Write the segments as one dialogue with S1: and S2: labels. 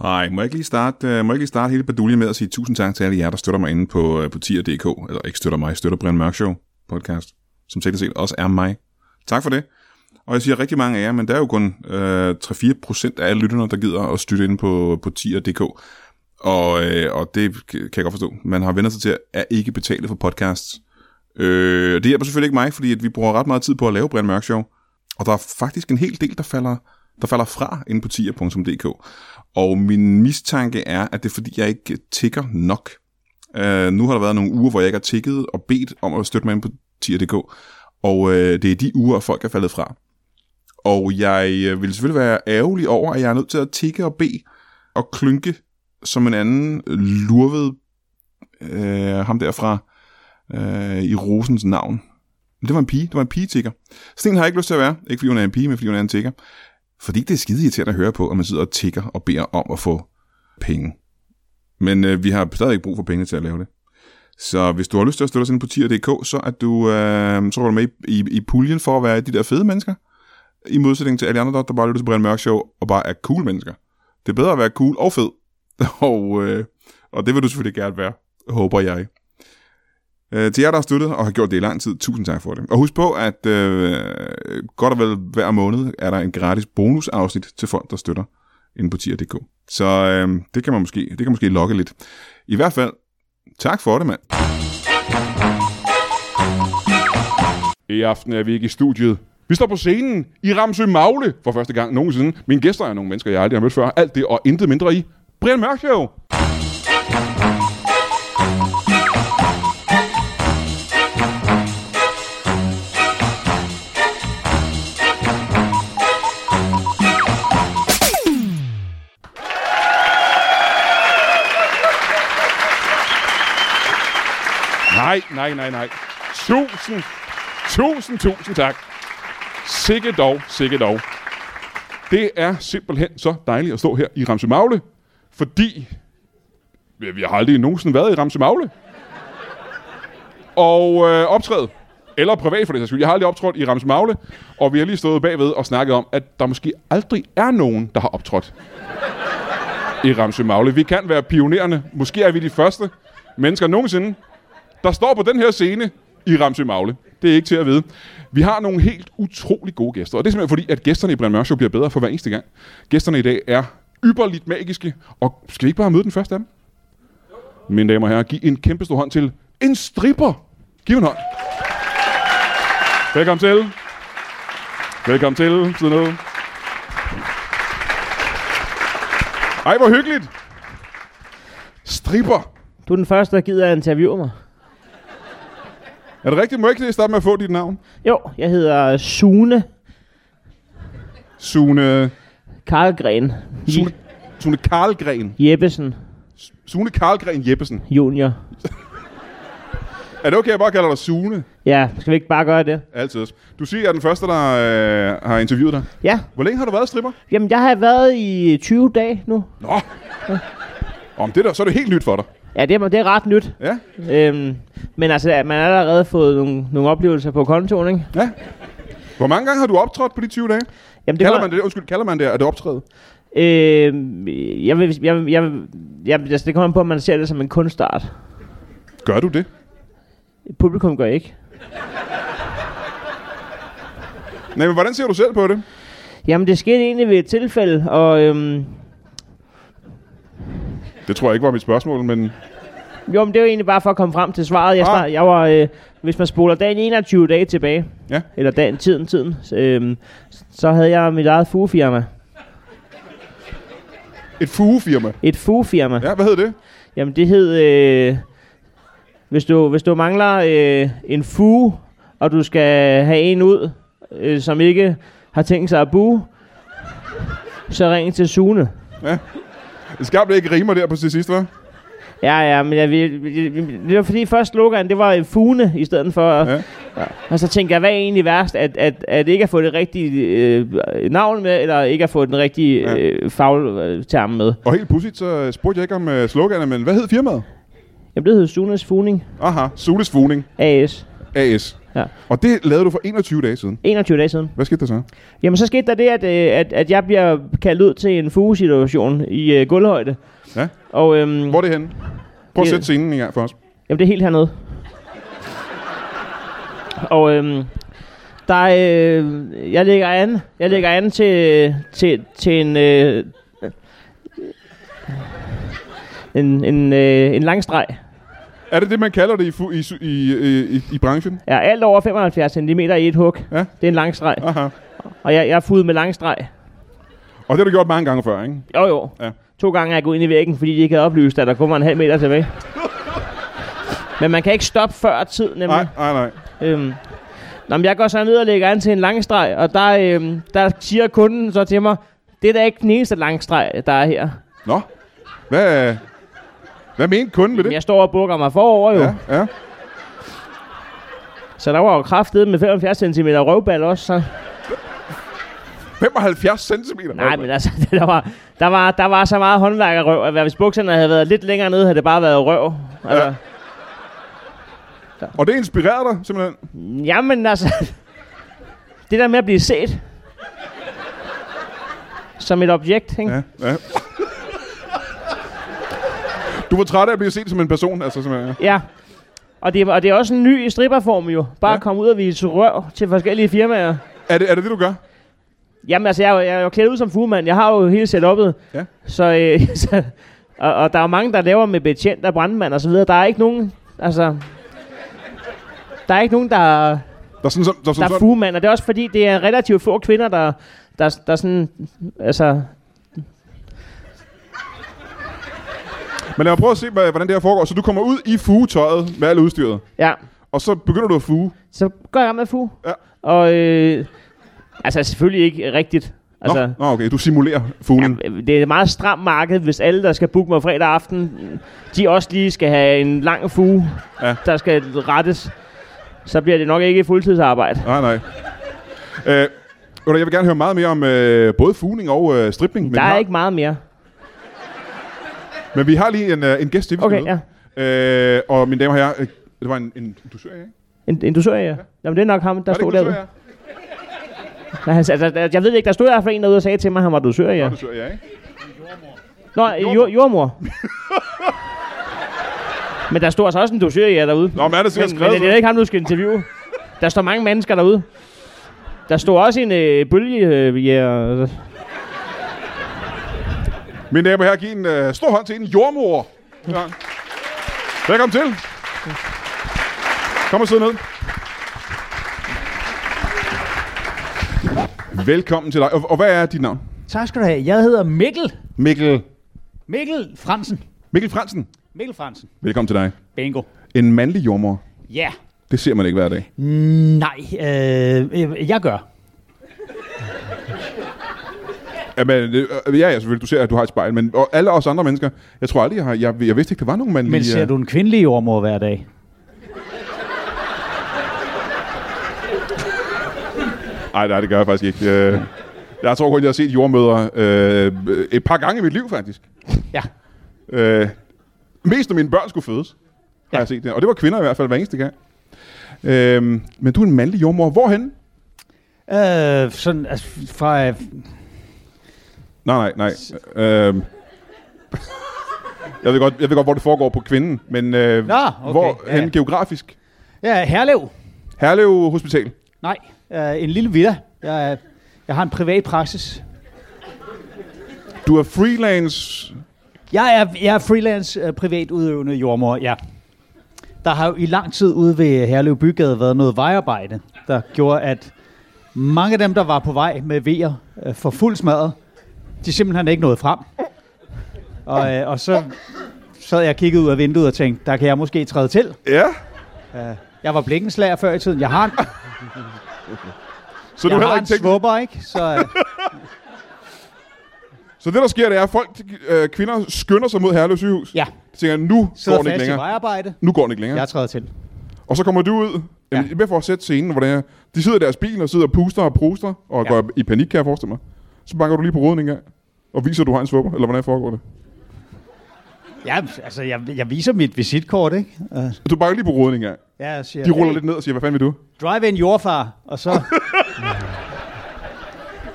S1: Hej, må jeg ikke lige starte, øh, må jeg ikke lige starte hele baduljen med at sige tusind tak til alle jer, der støtter mig inde på, øh, på tier.dk, eller ikke støtter mig, støtter Brian Mørk Show podcast, som teknisk set også er mig. Tak for det. Og jeg siger rigtig mange af jer, men der er jo kun øh, 3-4 procent af alle lytterne, der gider at støtte inde på, på tier.dk. Og, øh, og det kan jeg godt forstå. Man har vendt sig til at ikke betale for podcasts. Øh, det hjælper selvfølgelig ikke mig, fordi at vi bruger ret meget tid på at lave Brian Mørk Show. Og der er faktisk en hel del, der falder, der falder fra inde på tier.dk. Og min mistanke er, at det er fordi, jeg ikke tigger nok. Øh, nu har der været nogle uger, hvor jeg ikke har tigget og bedt om at støtte mig ind på tier.dk. Og øh, det er de uger, folk er faldet fra. Og jeg øh, vil selvfølgelig være ærgerlig over, at jeg er nødt til at tikke og bede og klynke som en anden lurved øh, ham derfra øh, i Rosens navn. Men det var en pige. Det var en pige-tigger. Sten har jeg ikke lyst til at være. Ikke fordi hun er en pige, men fordi hun er en tigger. Fordi det er skide irriterende at høre på, at man sidder og tigger og beder om at få penge. Men øh, vi har stadig ikke brug for penge til at lave det. Så hvis du har lyst til at støtte os ind på tier.dk, så er du, øh, så er du med i, i, i puljen for at være de der fede mennesker. I modsætning til alle andre, der bare lytter til Brian Mørk Show og bare er cool mennesker. Det er bedre at være cool og fed. Og, øh, og det vil du selvfølgelig gerne være, håber jeg. Øh, til jer, der har støttet og har gjort det i lang tid, tusind tak for det. Og husk på, at øh, godt og vel hver måned er der en gratis bonusafsnit til folk, der støtter inde på tier.dk. Så øh, det kan man måske, det kan måske lokke lidt. I hvert fald, tak for det, mand.
S2: I aften er vi ikke i studiet. Vi står på scenen i Ramsø Magle for første gang nogensinde. Mine gæster er nogle mennesker, jeg aldrig har mødt før. Alt det og intet mindre i Brian Mørk Show. Nej, nej, nej, nej. Tusind, tusind, tusind tak. Sikke dog, sikke dog. Det er simpelthen så dejligt at stå her i Ramse Magle, fordi ja, vi har aldrig nogensinde været i Ramse Magle. Og øh, optræde, eller privat for det sags skyld. Jeg har aldrig optrådt i Ramse Magle, og vi har lige stået bagved og snakket om, at der måske aldrig er nogen, der har optrådt i Ramse Magle. Vi kan være pionerende. Måske er vi de første mennesker nogensinde, der står på den her scene i Ramsø Magle. Det er ikke til at vide. Vi har nogle helt utrolig gode gæster, og det er simpelthen fordi, at gæsterne i Brian Mørk Show bliver bedre for hver eneste gang. Gæsterne i dag er ypperligt magiske, og skal vi ikke bare møde den første af dem? Mine damer og herrer, giv en kæmpe stor hånd til en stripper. Giv en hånd. Velkommen til. Velkommen til. Sid ned. Ej, hvor hyggeligt. Stripper.
S3: Du er den første, der gider at interviewe mig.
S2: Er det rigtigt? Må jeg ikke lige starte med at få dit navn?
S3: Jo, jeg hedder Sune
S2: Sune...
S3: Karlgren
S2: Sune, Sune Karlgren.
S3: Jeppesen
S2: Sune Karlgren Jeppesen.
S3: Junior.
S2: Er det okay, jeg bare kalder dig Sune?
S3: Ja, skal vi ikke bare gøre det?
S2: Altid. Du siger, at jeg er den første, der øh, har interviewet dig.
S3: Ja,
S2: Hvor længe har du været stripper?
S3: jamen jeg har været i 20 dage nu.
S2: Nå. Om det der, så er det helt nyt for dig.
S3: Ja, det er, det er ret nyt.
S2: Ja?
S3: Øhm, men altså, man har allerede fået nogle, nogle oplevelser på kontoen, ikke?
S2: Ja. Hvor mange gange har du optrådt på de 20 dage?
S3: Jamen,
S2: Det kalder
S3: var-
S2: man det, undskyld, kalder man det, er det optræde?
S3: Øhm, jeg vil, jeg, vil- jeg, vil- jeg, vil- altså, det kommer an på, om man ser det som en kunstart.
S2: Gør du det?
S3: Publikum gør ikke.
S2: Nej, men hvordan ser du selv på det?
S3: Jamen, det skete egentlig ved et tilfælde, og øhm,
S2: Det tror jeg ikke var mit spørgsmål, men...
S3: Jo, men det var egentlig bare for at komme frem til svaret. Jeg,
S2: Ah.
S3: start, jeg var, øh, hvis man spoler dagen 21 dage tilbage,
S2: Ja.
S3: eller dagen, tiden, tiden, så, øh, så havde jeg mit eget fugefirma.
S2: Et fugefirma.
S3: Et fugefirma. Ja.
S2: Ja, hvad hed det?
S3: Jamen, det hed... Øh, hvis, du, hvis du mangler øh, en fuge, og du skal have en ud, øh, som ikke har tænkt sig at bue, så ring til Sune.
S2: Skab det ikke rimer der på til sidst, hva'?
S3: Ja, ja, men jeg, vil- vil- vil- det var fordi først slogan, det var øh, Fune i stedet for. Og,
S2: Ja.
S3: ja. og så tænker jeg, hvad er egentlig værst? At, at, at ikke at få det rigtige øh, navn med, eller ikke at få den rigtige
S2: Ja.
S3: ja. øh, fagterm med?
S2: Og helt pudsigt, så spurgte jeg ikke om uh, sloganet, men hvad hed firmaet?
S3: Jamen, det hedder Sunes Funing
S2: Aha, Sules Fugning
S3: AS.
S2: AS.
S3: Ja.
S2: Og det lavede du for 21 dage siden.
S3: 21 dage siden.
S2: Hvad skete der så?
S3: Jamen, så skete der det, at, øh, at, at jeg bliver kaldt ud til en fugesituation i øh, gulvhøjde.
S2: Ja.
S3: Og øhm,
S2: Hvor er det henne? Prøv at
S3: Det-
S2: sætte scenen en gang for os.
S3: Jamen, det er helt hernede. Og øhm, der er, øh, jeg lægger an, jeg lægger an til, til, til en, øh, en, en, øh, en lang streg.
S2: Er det det, man kalder det i, fu- i, su- i, i, i, i branchen?
S3: Ja, alt over 75 cm i et hug.
S2: Ja.
S3: Det er en lang streg.
S2: Aha.
S3: Og jeg, jeg er fudet med lang streg.
S2: Og det har du gjort mange gange før, ikke?
S3: Jo, jo.
S2: Ja.
S3: To gange er jeg gået ind i væggen, fordi de ikke havde oplyst, at der kun var en halv meter tilbage. Men man kan ikke stoppe før tid, nemlig.
S2: Nej, nej, nej.
S3: Øhm. Nå, men jeg går så ned og lægger an til en langstreg, og der, øhm, der siger kunden så til mig, det er da ikke den eneste langstreg, der er her.
S2: Nå. Hvad, hvad mente kunden med det?
S3: Men jeg står og bukker mig forover jo. Ja.
S2: ja, ja.
S3: Så der var jo kraftedet med 75 cm røvball også. Så.
S2: 75 cm.
S3: Nej, men altså, det, der, var, der, var, der var så meget håndværk og røv, at hvis bukserne havde været lidt længere nede, havde det bare været røv. Altså,
S2: Ja. Og det inspirerede dig simpelthen?
S3: Jamen altså, det der med at blive set som et objekt, ikke? Ja.
S2: Ja, ja. Du var træt af at blive set som en person, altså simpelthen. ja.
S3: ja. Og det, og det er også en ny stripperform jo. Bare
S2: Ja.
S3: ja. at komme ud og vise røv til forskellige firmaer.
S2: Er det, er det det, du gør?
S3: Jamen altså, jeg er jo, jeg er jo klædt ud som fugemand. Jeg har jo hele setup'et.
S2: Ja.
S3: Så, øh, så og, og der er jo mange, der laver med betjent og brandmand og så videre. Der er ikke nogen, altså... Der er ikke nogen, der,
S2: Der er sådan, som, der, som
S3: der er
S2: sådan,
S3: fugemand. Og det er også fordi, det er relativt få kvinder, der, der, der sådan... Altså,
S2: men lad mig prøve at se, hvad- hvordan det her foregår. Så du kommer ud i fugetøjet med alt udstyret,
S3: ja.
S2: og så begynder du at fuge.
S3: Så går jeg med fu.
S2: Ja.
S3: Og øh, altså selvfølgelig ikke rigtigt.
S2: Nå,
S3: Altså,
S2: nå, okay, du simulerer fuglen.
S3: ja, øh, det er et meget stramt marked, hvis alle, der skal booke mig fredag aften, de også lige skal have en lang fuge,
S2: Ja.
S3: der skal rettes. Så bliver det nok ikke et fuldtidsarbejde.
S2: Nej, nej. Øh, ved du, jeg vil gerne høre meget mere om øh, både fugning og øh, stripning. Men,
S3: Der
S2: vi
S3: er
S2: har,
S3: ikke meget mere.
S2: men vi har lige en, øh, en gæst, det vi skal
S3: Okay,
S2: møde.
S3: ja.
S2: Øh, og mine damer og herrer, øh, det var en, en dusør, ikke?
S3: En, en dusør, ja. Jamen, det er nok ham, der
S2: Var det
S3: stod
S2: ikke en
S3: derude.
S2: dusør,
S3: Nej, altså, altså, jeg ved ikke, der stod i hvert fald en derude og sagde til mig, at han var dusør, ja.
S2: ja? Dusør, ja, ikke?
S3: Nå, øh, jord, jordmor. men der stod altså også en dusør, ja, derude.
S2: Nå, men er det sikkert
S3: Men, men
S2: skrevet?
S3: det er da ikke ham, du skal interviewe. Der står mange mennesker derude. Der står også en øh, bølge... Øh, ja,
S2: Mine damer og herrer, giv en øh, stor hånd til en jordmor. Ja. Velkommen til. Kom og sid ned. Velkommen til dig. Og, og hvad er dit navn?
S4: Tak skal du have. Jeg hedder Mikkel.
S2: Mikkel.
S4: Mikkel Fransen.
S2: Mikkel Fransen.
S4: Mikkel Fransen.
S2: Velkommen til dig.
S4: Bingo.
S2: En mandlig jordmor.
S4: Ja. Yeah.
S2: Det ser man ikke hver dag.
S4: Nej, øh, øh, jeg gør.
S2: Jamen, det- øh, ja, ja, selvfølgelig. Du ser, at du har et spejl. Men og alle os andre mennesker, jeg tror aldrig, jeg har... Jeg, jeg vidste ikke, der var nogen mandlige...
S4: Men ser
S2: øh,
S4: du en kvindelig jordmor hver dag?
S2: Nej, nej, det gør jeg faktisk ikke. Øh, Jeg tror kun, jeg har set jordmøder øh, et par gange i mit liv, faktisk.
S4: Ja.
S2: Øh, mest når mine børn skulle fødes, har ja.
S4: Ja.
S2: jeg set det. Og det var kvinder i hvert fald hver eneste gang. Øh, men du er en mandlig jordmor. Hvorhen?
S4: Øh, sådan, altså, fra, øh,
S2: Nej, nej, nej. Øh, jeg, ved godt, jeg ved godt, hvor det foregår på kvinden, men øh,
S4: Nå, okay,
S2: hvorhen
S4: ja.
S2: geografisk?
S4: ja, Herlev.
S2: Herlev Hospital.
S4: Nej, øh, en lille villa. Jeg, er- jeg har en privat praksis.
S2: Du er freelance.
S4: Jeg er, jeg er freelance øh, privatudøvende jordmor, ja. Der har jo i lang tid ude ved Herlev Bygade været noget vejarbejde, der gjorde, at mange af dem, der var på vej med vejer øh, for fuld smadret, de simpelthen ikke nåede frem. Og, øh, og så sad jeg og kiggede ud af vinduet og tænkte, der kan jeg måske træde til.
S2: Ja,
S4: Jeg var blikkenslager før i tiden. Jeg har en,
S2: så du
S4: jeg
S2: heller
S4: har
S2: ikke
S4: en
S2: tænkt...
S4: svubber, ikke? Så, øh,
S2: Så det, der sker, det er, at folk, øh, kvinder skynder sig mod Herlev sygehus.
S4: ja,
S2: tænker, nu går
S4: sidder
S2: den ikke
S4: fast i
S2: længere.
S4: vejarbejde.
S2: Nu går den ikke længere. Ja.
S4: Jeg træder til.
S2: Og så kommer du ud, ja.
S4: Ja.
S2: med for at sætte scenen, hvor det er, de sidder i deres bil og sidder og puster og pruster, og ja.
S4: Ja.
S2: går i panik, kan jeg forestille mig. Så banker du lige på ruden en gang, og viser, at du har en svupper, eller hvordan foregår det?
S4: Ja, altså, jeg, jeg viser mit visitkort, ikke? Og,
S2: Du banker lige på ruden engang.
S4: ja, jeg siger,
S2: De ruller
S4: "Hey,
S2: lidt ned og siger, hvad fanden vil du?
S4: Drive en jordfar, og så...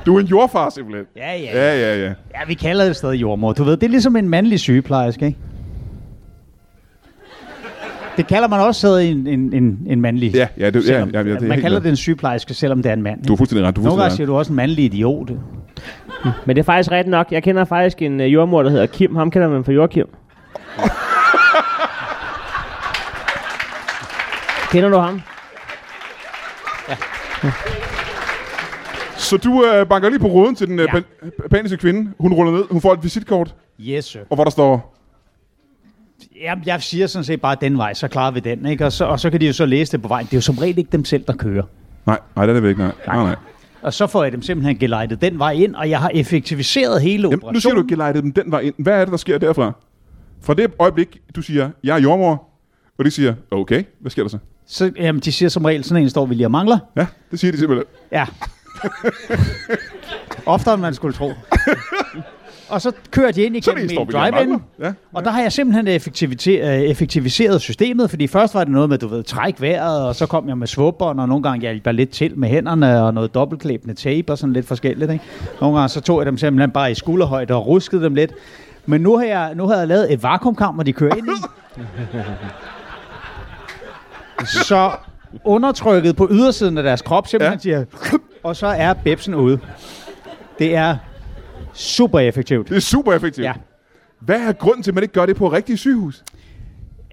S2: Du er en jordfar simpelthen.
S4: ja, ja,
S2: Ja, ja, ja.
S4: Ja, vi kalder det stadig jordmor. Du ved, det er ligesom en mandlig sygeplejerske, ikke? Det kalder man også stadig en, en, en, en mandlig.
S2: Ja, ja, det- ja,
S4: selvom-
S2: ja, ja, det er
S4: man
S2: helt
S4: kalder
S2: med.
S4: det en sygeplejerske, selvom det er en mand.
S2: Du
S4: ikke?
S2: er fuldstændig ret. Du er
S4: Nogle gange
S2: fuldstændig
S4: siger
S2: ret.
S4: du også en mandlig idiot.
S3: Men det er faktisk ret nok. Jeg kender faktisk en øh, jordmor, der hedder Kim. Ham kender man for Joachim. kender du ham?
S2: Så du øh, banker lige på ruden til den øh,
S3: Ja.
S2: pan- paniske kvinde. Hun ruller ned. Hun får et visitkort,
S4: Yes, sir.
S2: og hvor der står...
S4: Jamen, jeg siger sådan set bare den vej, så klarer vi den, ikke? Og så, og så kan de jo så læse det på vejen. Det er jo som regel ikke dem selv, der kører.
S2: Nej, nej, det er det vel ikke. Nej, nej. nej.
S4: Og så får jeg dem simpelthen gelejtet den vej ind, og jeg har effektiviseret hele
S2: Jamen, nu siger
S4: operationen.
S2: du, at gelejtet dem den vej ind. Hvad er det, der sker derfra? Fra det øjeblik, du siger, jeg er jordmor, og de siger, okay, hvad sker der så?
S4: Så, jamen, de siger som regel, sådan en står vi lige og mangler.
S2: Ja, det siger de simpelthen.
S4: Ja. Oftere end man skulle tro. og så kører de ind
S2: Så er det
S4: igennem
S2: en stor
S4: en
S2: begivenhed,
S4: drive-in,
S2: mangler. Ja.
S4: og der har jeg simpelthen effektivite- øh, effektiviseret systemet, fordi først var det noget med, du ved, træk vejret, og så kom jeg med svubbånd, og nogle gange hjalp jeg lidt til med hænderne, og noget dobbeltklæbende tape, og sådan lidt forskelligt, ikke? Nogle gange så tog jeg dem simpelthen bare i skulderhøjde og ruskede dem lidt. Men nu har jeg, nu har jeg lavet et vakuumkammer, de kører ind i. så undertrykket på ydersiden af deres krop simpelthen ja. siger, og så er bebsen ude. Det er super effektivt.
S2: Det er super effektivt.
S4: Ja.
S2: Hvad er grunden til, at man ikke gør det på rigtige sygehus?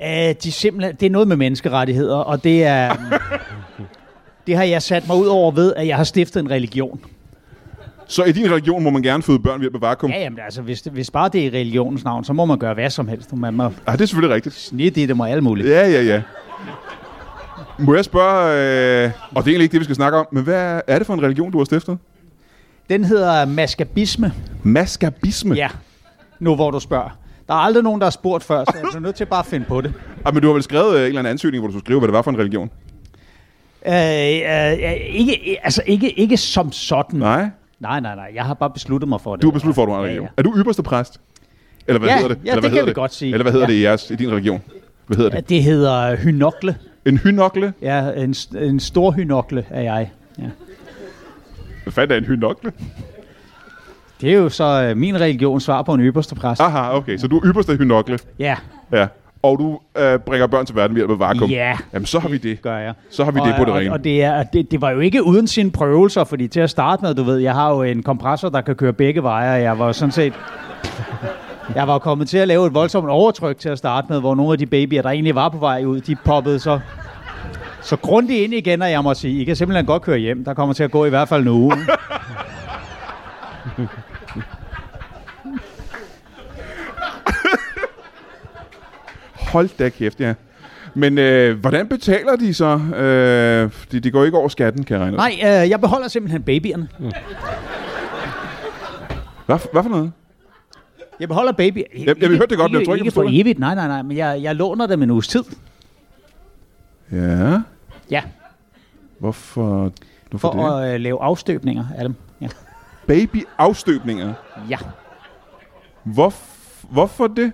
S4: Øh, de simpelthen, det er noget med menneskerettigheder, og det er... det har jeg sat mig ud over ved, at jeg har stiftet en religion.
S2: Så i din religion må man gerne føde børn ved hjælp af vakuum.
S4: Ja, jamen altså, hvis, hvis bare det er i religionens navn, så må man gøre hvad som helst. Man må
S2: Ah, det er selvfølgelig rigtigt.
S4: snitte i dem og alt muligt.
S2: Ja, ja, ja. Må jeg spørge, øh, og det er egentlig ikke det, vi skal snakke om, men hvad er det for en religion, du har stiftet?
S4: Den hedder maskabisme.
S2: Maskabisme?
S4: Ja, nu hvor du spørger. Der er aldrig nogen, der har spurgt før, så jeg er nødt til bare at finde på det.
S2: Ah, men du har vel skrevet øh, en eller anden ansøgning, hvor du skulle skrive, hvad det var for en religion?
S4: Mm. Øh, øh, ikke, altså ikke, ikke som sådan.
S2: Nej.
S4: nej, nej, nej. Jeg har bare besluttet mig for det.
S2: Du har besluttet for, at du har en
S4: Ja,
S2: religion.
S4: ja.
S2: Er du yderste præst? Eller hvad
S4: Ja,
S2: hedder det?
S4: ja,
S2: eller
S4: det
S2: hvad
S4: kan
S2: hedder
S4: vi godt sige.
S2: Eller hvad hedder
S4: Ja.
S2: det i, jeres, i din religion? Hvad hedder det?
S4: Det hedder hynokle.
S2: En hynokle?
S4: Ja, en, st- en stor hynokle er jeg. Ja.
S2: Hvad fanden er en hynokle?
S4: Det er jo så øh, min religion svar på en ypperste præst.
S2: Aha, okay. Så du er ypperste hynokle.
S4: Ja,
S2: Ja. Og du øh, bringer børn til verden ved hjælp af vakuum.
S4: Ja.
S2: Jamen, så har vi det.
S4: gør jeg.
S2: Så har vi
S4: og,
S2: det på det
S4: og,
S2: rene.
S4: og det, er, det, det var jo ikke uden sine prøvelser, fordi til at starte med, du ved, jeg har jo en kompressor, der kan køre begge veje, og jeg var jo sådan set... Jeg var jo kommet til at lave et voldsomt overtryk til at starte med, hvor nogle af de babyer, der egentlig var på vej ud, de poppede så, så grundigt ind igen, og jeg må sige, I kan simpelthen godt køre hjem. Der kommer til at gå i hvert fald en uge.
S2: Hold da kæft, ja. Men øh, hvordan betaler de så? Øh, de, de går ikke over skatten, kan jeg regne ud.
S4: Nej, øh, jeg beholder simpelthen babyerne.
S2: Hvad, f- hvad for noget?
S4: Jeg beholder baby.
S2: jeg hørte det godt, men jeg tror ikke, jeg
S4: ikke
S2: forstod
S4: for
S2: det.
S4: evigt. Nej, nej, nej, men jeg, jeg låner dem en uges tid.
S2: Ja,
S4: Ja,
S2: hvorfor, hvorfor
S4: for
S2: det? At...
S4: at øh, lave afstøbninger af dem. Ja.
S2: Babyafstøbninger.
S4: ja.
S2: Hvor, hvorfor det?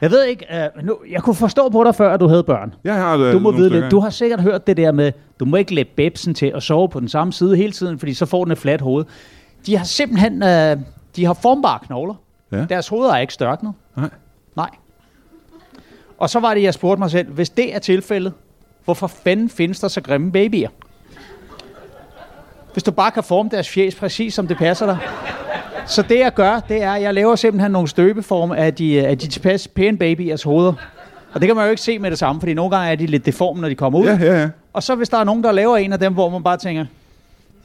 S4: Jeg ved ikke, øh, nu, jeg kunne forstå på dig før, at du havde børn.
S2: Jeg har, øh,
S4: Du må
S2: nogle
S4: vide
S2: stykker.
S4: lidt. Du har sikkert hørt det der med, du må ikke lægge bebsen til at sove på den samme side hele tiden, fordi så får den et fladt hoved. De har simpelthen, øh, de har formbare knogler.
S2: Ja.
S4: Deres hoveder er ikke størknet.
S2: Nej.
S4: Nej. Og så var det, jeg spurgte mig selv, hvis det er tilfældet, hvorfor fanden findes der så grimme babyer? Hvis du bare kan forme deres fjes præcis, som det passer dig. Så det, jeg gør, det er, at jeg laver simpelthen nogle støbeform af de, af de tilpas pæne babyers hoveder. Og det kan man jo ikke se med det samme, fordi nogle gange er de lidt deforme, når de kommer ud.
S2: Ja, ja, ja.
S4: Og så hvis der er nogen, der laver en af dem, hvor man bare tænker,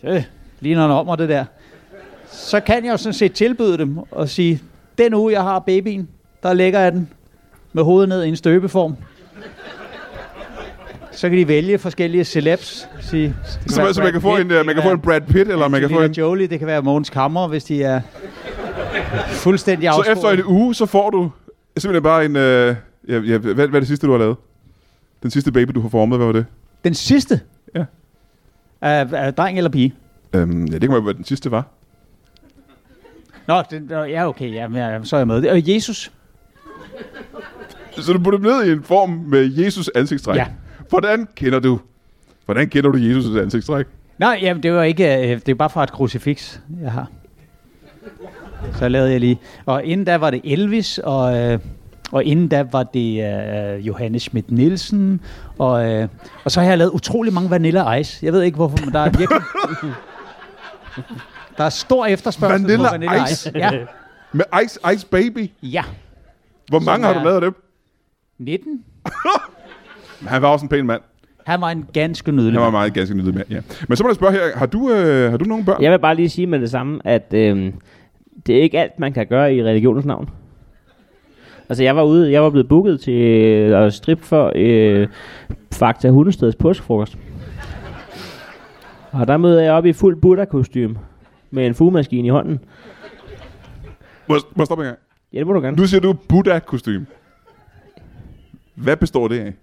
S4: øh, ligner en om det der, så kan jeg jo sådan set tilbyde dem og sige, den uge, jeg har babyen, der lægger jeg den med hovedet ned i en støbeform. Så kan de vælge forskellige celebs. Sige,
S2: Så, man, så man, kan få en, øh, man kan få en Brad Pitt, eller man kan få en...
S4: Jolie, det kan være Mogens Kammer, hvis de er fuldstændig
S2: Så efter en uge, så får du simpelthen bare en... Øh, ja, ja, hvad, hvad er det sidste, du har lavet? Den sidste baby, du har formet, hvad var det?
S4: Den sidste?
S2: Ja.
S4: Er, er dreng eller pige?
S2: Øhm, ja, det kan man hvad den sidste var.
S4: Nå, den, nå, ja, okay, ja, men, ja, så er jeg med. Og Jesus?
S2: Så du putter dem ned i en form med Jesus ansigtstræk.
S4: Ja.
S2: Hvordan kender du? Hvordan kender du Jesus' ansigtstræk?
S4: Nej, jamen det var ikke, øh, det er bare fra et crucifix, jeg har. Så lavede jeg lige. Og inden da var det Elvis, og, øh, og inden da var det øh, Johannes Schmidt Nielsen, og, øh, og så har jeg lavet utrolig mange Vanilla Ice. Jeg ved ikke hvorfor, men der er virkelig... der er stor efterspørgsel
S2: Vanilla
S4: på Vanilla
S2: Ice?
S4: Ice. Ja,
S2: Med Ice Ice Baby.
S4: ja.
S2: Hvor mange har
S4: er-
S2: du lavet af dem?
S4: 19.
S2: Han var også en pæn mand.
S4: Han var en ganske nydelig.
S2: Han var
S4: mand.
S2: meget ganske nydelig mand, ja. Men så må jeg spørge her, har du, øh, har du nogen børn?
S3: Jeg vil bare lige sige med det samme, at øh, det er ikke alt, man kan gøre i religionens navn. Altså, jeg var ude, jeg var blevet booket til øh, at strip for øh, Fakta Hundesteds påskefrokost. Og der møder jeg op i fuld Buddha-kostyme med en fugemaskine i hånden.
S2: Må, jeg- må jeg stoppe en gang?
S3: Ja, det må du gerne.
S2: Nu siger du buddha kostume. Hvad består det af?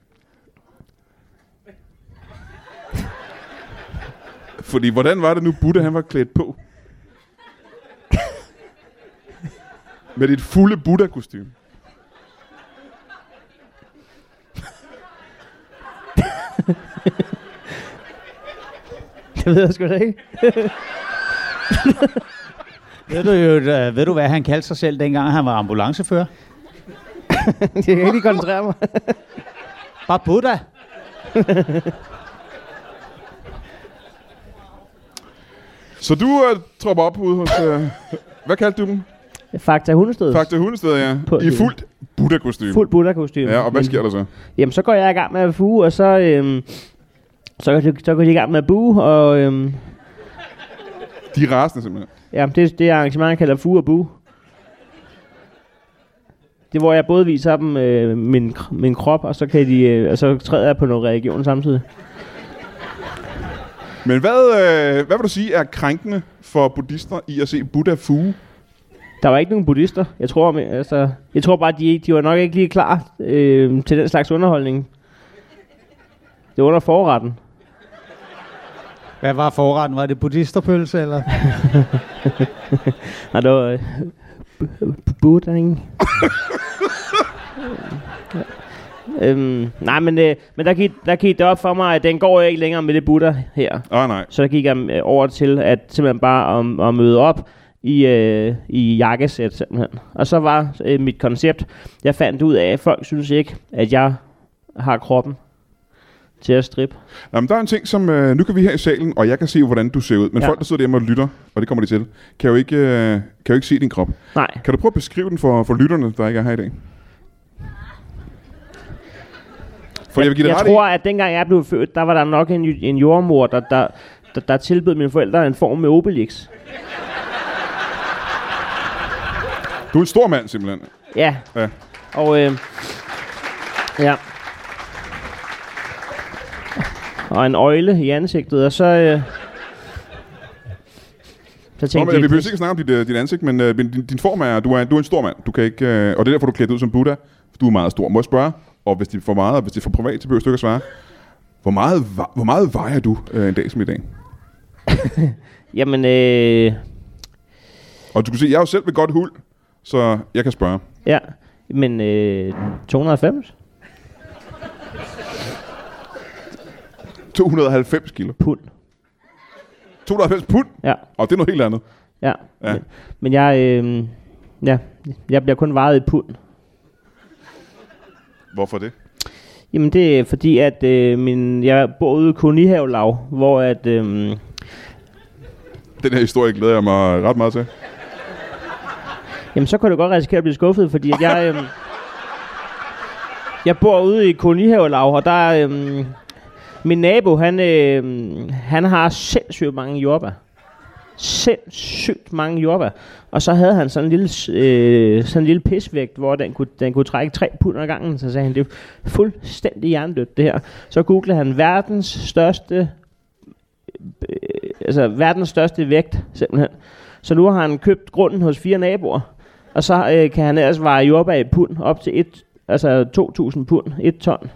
S2: Fordi, hvordan var det nu, Buddha han var klædt på? Med dit fulde buddha kostume.
S3: Det ved jeg sgu da ikke.
S4: Ved du, jo, øh, ved du, hvad han kaldte sig selv, dengang han var ambulancefører?
S3: Jeg kan ikke lige koncentrere mig.
S4: Bare Buddha.
S2: Så du øh, tropper op ude hos... Øh, hvad kaldte du dem?
S3: Fakta Hundesteds
S2: Fakta Hundested, ja.
S3: På- øh,
S2: I fuldt buddha kostume.
S3: fuld Buddha-kostume.
S2: Ja, og hvad sker der så?
S3: Jamen, så går jeg i gang med at fuge, og så, øhm, så, så, så går de i gang med at bue, og øhm,
S2: De er rasende simpelthen.
S3: ja, det, det arrangement, jeg kalder fuge og bue. Det er, hvor jeg både viser dem øh, min, kr- min krop, og så, kan de, øh, og så træder jeg på noget religion samtidig.
S2: Men hvad, øh, hvad vil du sige er krænkende for buddhister i at se Buddha fuge?
S3: Der var ikke nogen buddhister. Jeg tror, men, altså, jeg tror bare, de, de var nok ikke lige klar øh, til den slags underholdning. Det var under forretten.
S4: Hvad var forretten? Var det buddhisterpølse, eller?
S3: Nej, det var øh, bu- bu- Buddha, ikke? øhm, nej, men, øh, men der, gik, der gik det op for mig, at den går ikke længere med det Buddha her.
S2: Åh oh, nej.
S3: Så der gik jeg øh, over til at simpelthen bare om, at møde op i, øh, i jakkesæt simpelthen. Og så var øh, mit koncept, jeg fandt ud af, at folk synes ikke, at jeg har kroppen til at strippe.
S2: Nå, men der er en ting, som... Øh, nu kan vi her i salen, og jeg kan se, hvordan du ser ud. Men ja.
S3: Ja.
S2: folk, der sidder derhjemme og lytter, og det kommer de til, kan jo ikke, øh, kan jo ikke se din krop.
S3: Nej,
S2: Kan du prøve at beskrive den for, for lytterne, der ikke er her i dag? For jeg vil give dig
S3: jeg
S2: ret
S3: tror,
S2: i,
S3: at dengang jeg blev født, der var der nok en, ju- en jordmor, der, der, der, der tilbød mine forældre en form med Obelix.
S2: du er en stor mand simpelthen.
S3: Ja.
S2: Ja.
S3: Og øh, ja. Og en øjle i ansigtet, og så... Øh,
S2: Nå,
S3: så tænkte
S2: men, vi
S3: jeg,
S2: behøver ikke snakke om dit, øh, dit ansigt, men øh, men din, din form er du, er, du er en stor mand. Du kan ikke, øh, og det er derfor, du er klædt ud som Buddha. Du er meget stor. Må jeg spørge, og hvis det er for meget, og hvis det er for privat, så behøver du ikke at svare. Hvor meget, va- hvor meget vejer du øh, en dag som i dag?
S3: jamen, øh,
S2: Og du kan se, jeg er jo selv ved godt hul, så jeg kan spørge.
S3: ja, men øh, 290
S2: 290 kilo.
S3: pund,
S2: 290 pund?
S3: ja,
S2: Og det er noget helt andet.
S3: ja.
S2: Ja.
S3: Men, men jeg, øh, ja, jeg bliver kun vejet i pund.
S2: Hvorfor det?
S3: Jamen det er fordi, at øh, min, jeg bor ude i Kolonihavelav, hvor at, øh,
S2: Den her historie glæder jeg mig ret meget til.
S3: jamen så kunne du godt risikere at blive skuffet, fordi at jeg, øh, jeg bor ude i Kolonihavelav, og der øh, min nabo, han, øh, han har sindssygt mange jordbær. Sindssygt mange jordbær. Og så havde han sådan en lille, øh, sådan en lille pisvægt, hvor den kunne, den kunne trække tre pund ad gangen. Så sagde han, det er fuldstændig hjernedødt det her. Så googlede han verdens største øh, altså verdens største vægt, simpelthen. Så nu har han købt grunden hos fire naboer, og så øh, kan han ellers veje jordbær i pund op til et, altså 2.000 pund, et ton.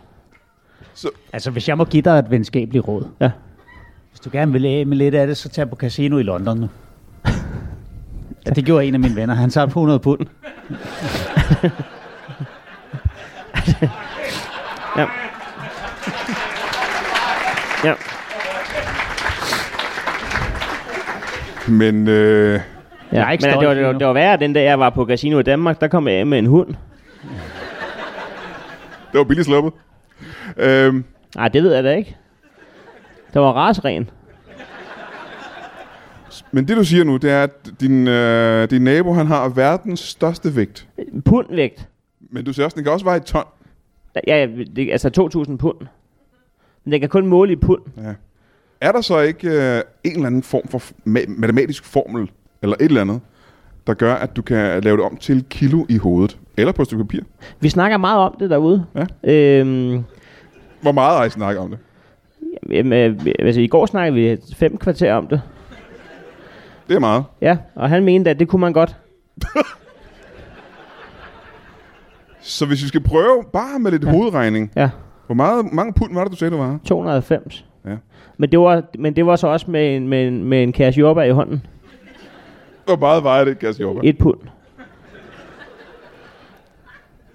S4: Altså, hvis jeg må give dig et venskabeligt råd.
S3: Ja.
S4: Hvis du gerne vil af med lidt af det, så tag på casino i London nu. Ja, det gjorde en af mine venner. Han tabte 100 pund.
S3: ja. Ja.
S5: Men øh,
S3: Ja,
S4: er ikke
S3: men
S4: stolt
S3: det var, det,
S4: lige
S3: var,
S4: nu.
S3: det var værre, den dag jeg var på casino i Danmark, der kom jeg af med en hund.
S5: det var billigt sluppet. Øhm,
S3: Nej, det ved jeg da ikke. Der var rasren.
S5: men det du siger nu, det er, at din, øh, din nabo han har verdens største vægt.
S3: En Pundvægt.
S5: Men du siger også, den kan også veje et ton.
S3: Ja, ja, det, altså 2.000 pund. Men den kan kun måle i pund.
S5: Er der så ikke øh, en eller anden form for ma- matematisk formel, eller et eller andet, der gør, at du kan lave det om til kilo i hovedet? Eller på et stykke papir?
S3: Vi snakker meget om det derude.
S5: Ja.
S3: Øhm,
S5: Hvor meget har I snakket om det?
S3: jamen, øh, altså, I går snakkede vi fem kvarter om det.
S5: Det er meget.
S3: Ja, og han mente, at det kunne man godt.
S5: Så hvis vi skal prøve bare med lidt ja. hovedregning.
S3: Ja,
S5: Hvor meget, mange pund var det, du sagde, du var?
S3: 290.
S5: Ja.
S3: Men det var, men det var så også med en, med en, med en cassioba i hånden.
S5: Hvor meget vejer det, Cassiope?
S3: Et pund.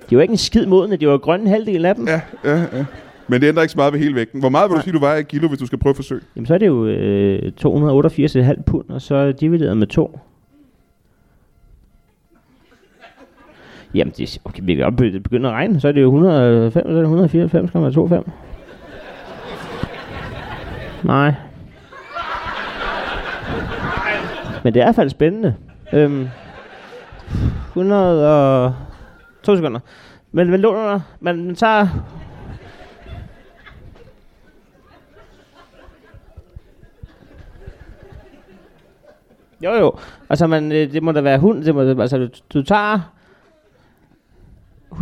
S3: De var ikke en skid modne, de var grønne halvdelen af dem.
S5: Ja, ja, ja. Men det ændrer ikke så meget ved hele vægten. Hvor meget vil du sige, du vejer i kilo, hvis du skal prøve at forsøge?
S3: Jamen så er det jo øh, 288,5 pund, og så divideret med 2. Jamen, det, okay, vi kan godt be- begynde at regne. Så er det jo 105, så er det 194,25. Nej. Men det er i hvert fald spændende. Øhm, 100 og... To sekunder. Men hvad lå der? Man, man tager... Jo, jo. Altså, man, øh, det må da være hund. Det må, da- altså, du- du tager...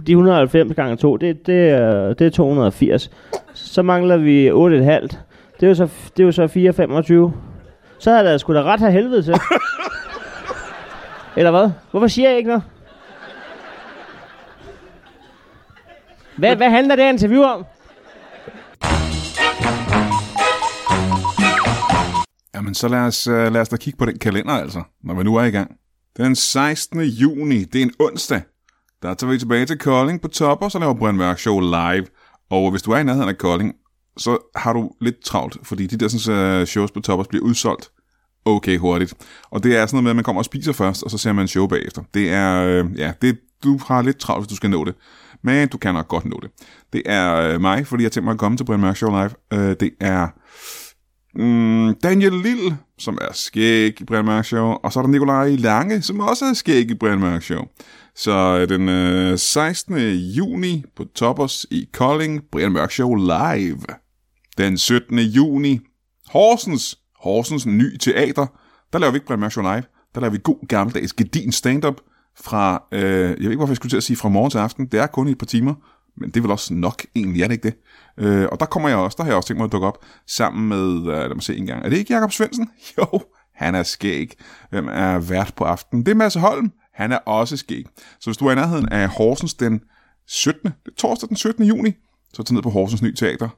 S3: De 190 gange 2, det, det, er, det er 280. Så mangler vi 8,5. Det er jo så, det er jo så 4,25. Så havde der sgu da ret her helvede til. Eller hvad? Hvorfor siger jeg ikke noget? Hvad, hvad handler det her interview om?
S2: Jamen, så lad os, øh, lad os da kigge på den kalender, altså, når vi nu er i gang. Den 16. juni, det er en onsdag. Der tager vi tilbage til Kolding på Topper, så laver Brian Mørk Show live. Og hvis du er i nærheden af Kolding, så har du lidt travlt, fordi de der sådan, øh, shows på Toppers bliver udsolgt okay hurtigt. Og det er sådan noget med, at man kommer og spiser først, og så ser man en show bagefter. Det er, øh, ja, det, du har lidt travlt, hvis du skal nå det. Men du kan nok godt nå det. Det er øh, mig, fordi jeg har tænkt mig at komme til Brian Mørk Show live. Øh, det er Mm, Daniel Lille, som er skæg i Brian Mørk Show. Og så er der Nikolaj Lange, som også er skæg i Brian Mørk Show. Så øh, den øh, 16. juni på Toppers i Kolding, Brian Mørk Show live. Den 17. juni, Horsens, Horsens ny teater. Der laver vi ikke Brian Mørk Show live. Der laver vi god gammeldags gedin stand-up fra, øh, jeg ved ikke, hvorfor jeg skulle til at sige fra morgen til aften. Det er kun i et par timer, men det er vel også nok egentlig, er det ikke det? Øh, og der kommer jeg også, der har jeg også tænkt mig at dukke op sammen med, øh, lad mig se en gang, er det ikke Jakob Svendsen? Jo, han er skæg. Hvem er vært på aftenen? Det er Mads Holm. Han er også skæg. Så hvis du er i nærheden af Horsens den 17. Det er torsdag den 17. juni, så tag ned på Horsens Ny Teater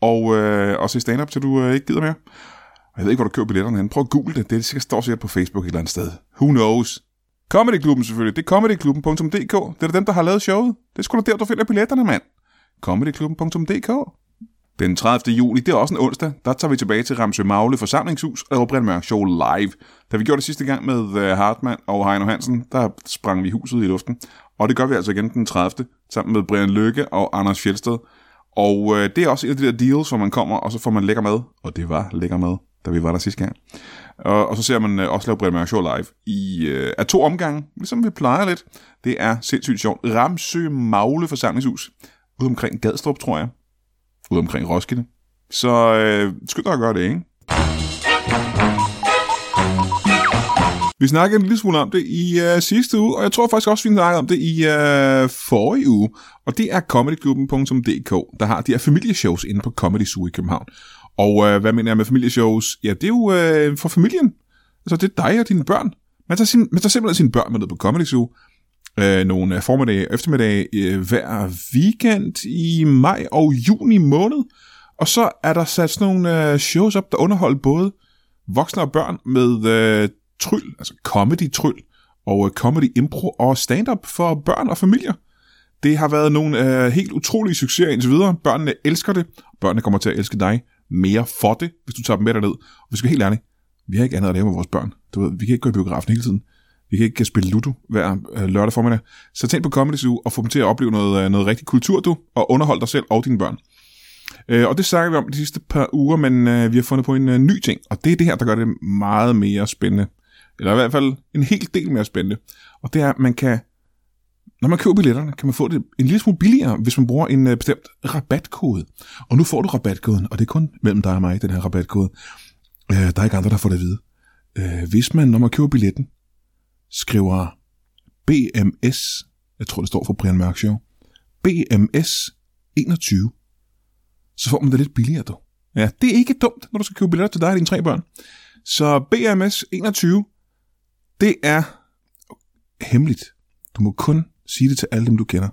S2: og, øh, og se stand-up, til du øh, ikke gider mere. Og jeg ved ikke, hvor du køber billetterne hen. Prøv at google det. Det er sikkert, står sikkert på Facebook et eller andet sted. Who knows? Comedy Klubben selvfølgelig. Det er comedyklubben.dk. Det er da dem, der har lavet showet. Det er sgu da der, du finder billetterne, mand. Comedyklubben.dk Den 30. juli, det er også en onsdag, der tager vi tilbage til Ramsø Magle forsamlingshus og laver Brian Mørk Show live. Da vi gjorde det sidste gang med øh, Hartmann og Heino Hansen, der sprang vi huset i luften. Og det gør vi altså igen den 30. sammen med Brian Lykke og Anders Fjeldsted. Og øh, det er også en af de der deals, hvor man kommer, og så får man lækker mad. Og det var lækker mad, da vi var der sidste gang. Og, og så ser man øh, også lave Brian Mørk Show live i, øh, af to omgange, ligesom vi plejer lidt. Det er sindssygt sjovt. Ramsø Magle forsamlingshus. Ude omkring Gadstrup, tror jeg. Ude omkring Roskilde. Så øh, skynd dig at gøre det, ikke? Vi snakkede en lille smule om det i øh, sidste uge, og jeg tror faktisk også, vi snakkede om det i øh, forrige uge. Og det er comedyklubben.dk, der har de her familieshows inde på Comedy Zoo i København. Og øh, hvad mener jeg med familieshows? Ja, det er jo øh, for familien. Altså, det er dig og dine børn. Man tager, sin, man tager simpelthen sine børn med ned på Comedy Zoo. Øh, nogle øh, formiddage og eftermiddage øh, hver weekend i maj og juni måned. Og så er der sat sådan nogle øh, shows op, der underholder både voksne og børn med øh, tryl, altså comedy-tryl, og øh, comedy-impro og stand-up for børn og familier.
S1: Det har været nogle øh, helt utrolige succeser indtil videre. Børnene elsker det. Børnene kommer til at elske dig mere for det, hvis du tager dem med derned. Og vi skal være helt ærlige, vi har ikke andet at lave med vores børn. Du ved, vi kan ikke gå i biografen hele tiden. Vi kan ikke spille Ludo hver øh, lørdag formiddag. Så tænk på Comedy Zoo og få dem til at opleve noget, øh, noget rigtig kultur, du, og underhold dig selv og dine børn. Øh, og det snakker vi om de sidste par uger, men øh, vi har fundet på en øh, ny ting, og det er det her, der gør det meget mere spændende. Eller i hvert fald en hel del mere spændende. Og det er, at man kan, når man køber billetterne, kan man få det en lille smule billigere, hvis man bruger en øh, bestemt rabatkode. Og nu får du rabatkoden, og det er kun mellem dig og mig, den her rabatkode. Øh, der er ikke andre, der får det at vide. Øh, hvis man, når man køber billetten, skriver BMS, jeg tror det står for Brian Mørk Show, BMS 21, så får man det lidt billigere, du. Ja, det er ikke dumt, når du skal købe billetter til dig og dine tre børn. Så BMS 21, det er hemmeligt. Du må kun sige det til alle dem, du kender.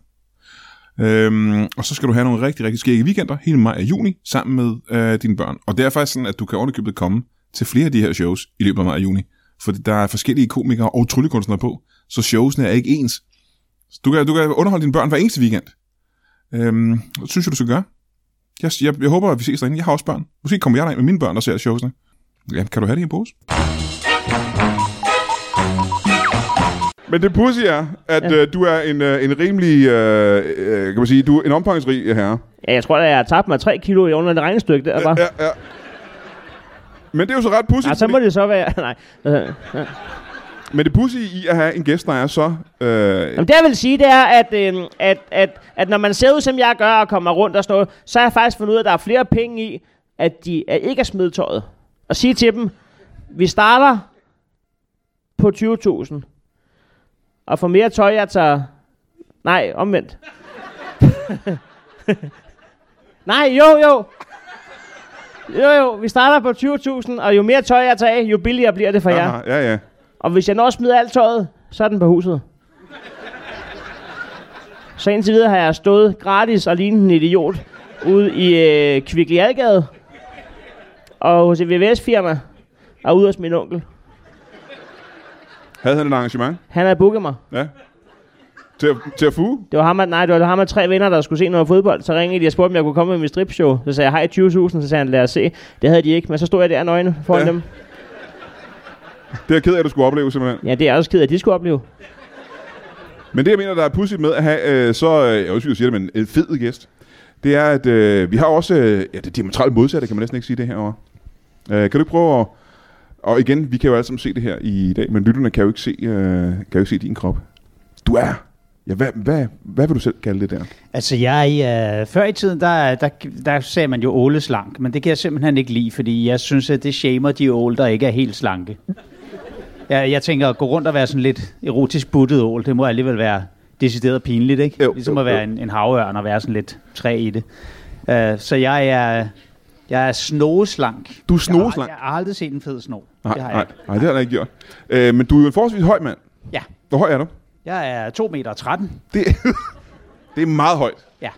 S1: Øhm, og så skal du have nogle rigtig, rigtig skægge weekender hele maj og juni sammen med øh, dine børn. Og det er faktisk sådan, at du kan ordentligt komme til flere af de her shows i løbet af maj og juni. For der er forskellige komikere og tryllekunstnere på, så showsene er ikke ens. Så du kan, du kan underholde dine børn hver eneste weekend. Øhm, det synes jeg, du skal gøre. Jeg, jeg, jeg håber, at vi ses derinde. Jeg har også børn. Måske kommer jeg derind med mine børn og ser showsene. Ja, kan du have det i en pose?
S2: Men det pussy er, at ja. øh, du er en, øh, en rimelig, øh, øh, kan man sige, du er en omfangsrig herre.
S3: Ja, jeg tror, at jeg har tabt mig 3 kilo i under det regnestykke der. Bare.
S2: Ja, ja. Men det er jo så ret pussy.
S3: Nej, så må det så være... Nej. Øh, øh.
S2: Men det pussy i at have en gæst, der er så... Øh,
S3: Jamen, det jeg vil sige, det er, at, øh, at, at, at når man ser ud, som jeg gør, og kommer rundt og sådan noget, så har jeg faktisk fundet ud af, at der er flere penge i, at de at ikke er smidt tøjet. Og sige til dem, vi starter på 20.000. Og for mere tøj, jeg tager... Nej, omvendt. Nej, jo, jo. Jo, jo, vi starter på 20.000, og jo mere tøj, jeg tager af, jo billigere bliver det for jer.
S2: aha, ja, ja.
S3: Og hvis jeg når at smide alt tøjet, så er den på huset. Så indtil videre har jeg stået gratis og lignet en idiot ude i øh, Kvickly Adgade og hos et VVS-firma og ude hos min onkel.
S2: Havde han et arrangement?
S3: Han havde booket mig.
S2: Ja. Til at, til at fuge?
S3: Det var ham, at, nej, det var ham og tre venner, der skulle se noget fodbold. Så ringede de og spurgte, om jeg kunne komme med mit stripshow. Så sagde jeg, hej 20.000, så sagde han, lad os se. Det havde de ikke, men så stod jeg der nøgne foran
S2: Ja.
S3: ja. dem.
S2: Det er jeg ked af, at du skulle opleve, simpelthen.
S3: Ja, det er jeg også ked af, at de skulle opleve.
S2: Men det, jeg mener, der er pudsigt med at have øh, så, øh, jeg undskyld, jeg siger det, men en fed gæst, det er, at øh, vi har også, øh, ja, det diametralt modsatte, kan man næsten ikke sige det herovre. Øh, kan du ikke prøve at, og igen, vi kan jo alle sammen se det her i dag, men lytterne kan jo ikke se, øh, kan jo ikke se din krop. Du er, ja, hvad, hvad, hvad vil du selv kalde det der?
S4: Altså, jeg, øh, før i tiden, der, der, der sagde man jo åleslank, men det kan jeg simpelthen ikke lide, fordi jeg synes, at det shamer de ål, der ikke er helt slanke. Jeg, jeg tænker, at gå rundt og være sådan lidt erotisk buttet ål, det må alligevel være decideret pinligt, ikke?
S2: Jo,
S4: ligesom
S2: jo,
S4: at være
S2: jo.
S4: en, en havørn og være sådan lidt træ i det. Uh, så jeg er, jeg er snogeslank.
S2: Du er snogeslank?
S4: Jeg, har- jeg har aldrig set en fed sno.
S2: Nej,
S4: det har jeg
S2: nej,
S4: ikke.
S2: nej, det har jeg ikke gjort. Øh, men du er jo en forholdsvis høj mand.
S4: Ja,
S2: Hvor høj er du?
S4: jeg er 2 meter 13.
S2: Det, det er meget højt.
S4: Ja.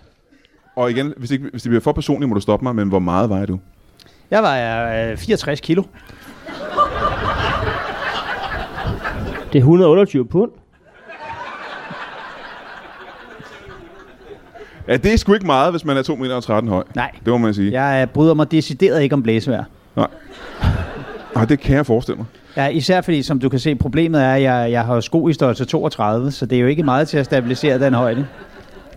S2: Og igen, hvis, ikke, hvis det bliver for personligt, må du stoppe mig, men hvor meget vejer du?
S4: Jeg var øh, 64 kilo.
S3: Det er 128 pund.
S2: Ja, det er sgu ikke meget, hvis man er 2 meter og 13 høj.
S4: Nej.
S2: Det må man sige.
S4: Jeg øh, bryder mig decideret ikke om blæsevejr.
S2: Ej, det kan jeg forestille mig.
S4: Ja, især fordi, som du kan se, problemet er, at jeg, jeg har jo sko i størrelse 32, så det er jo ikke meget til at stabilisere den højde.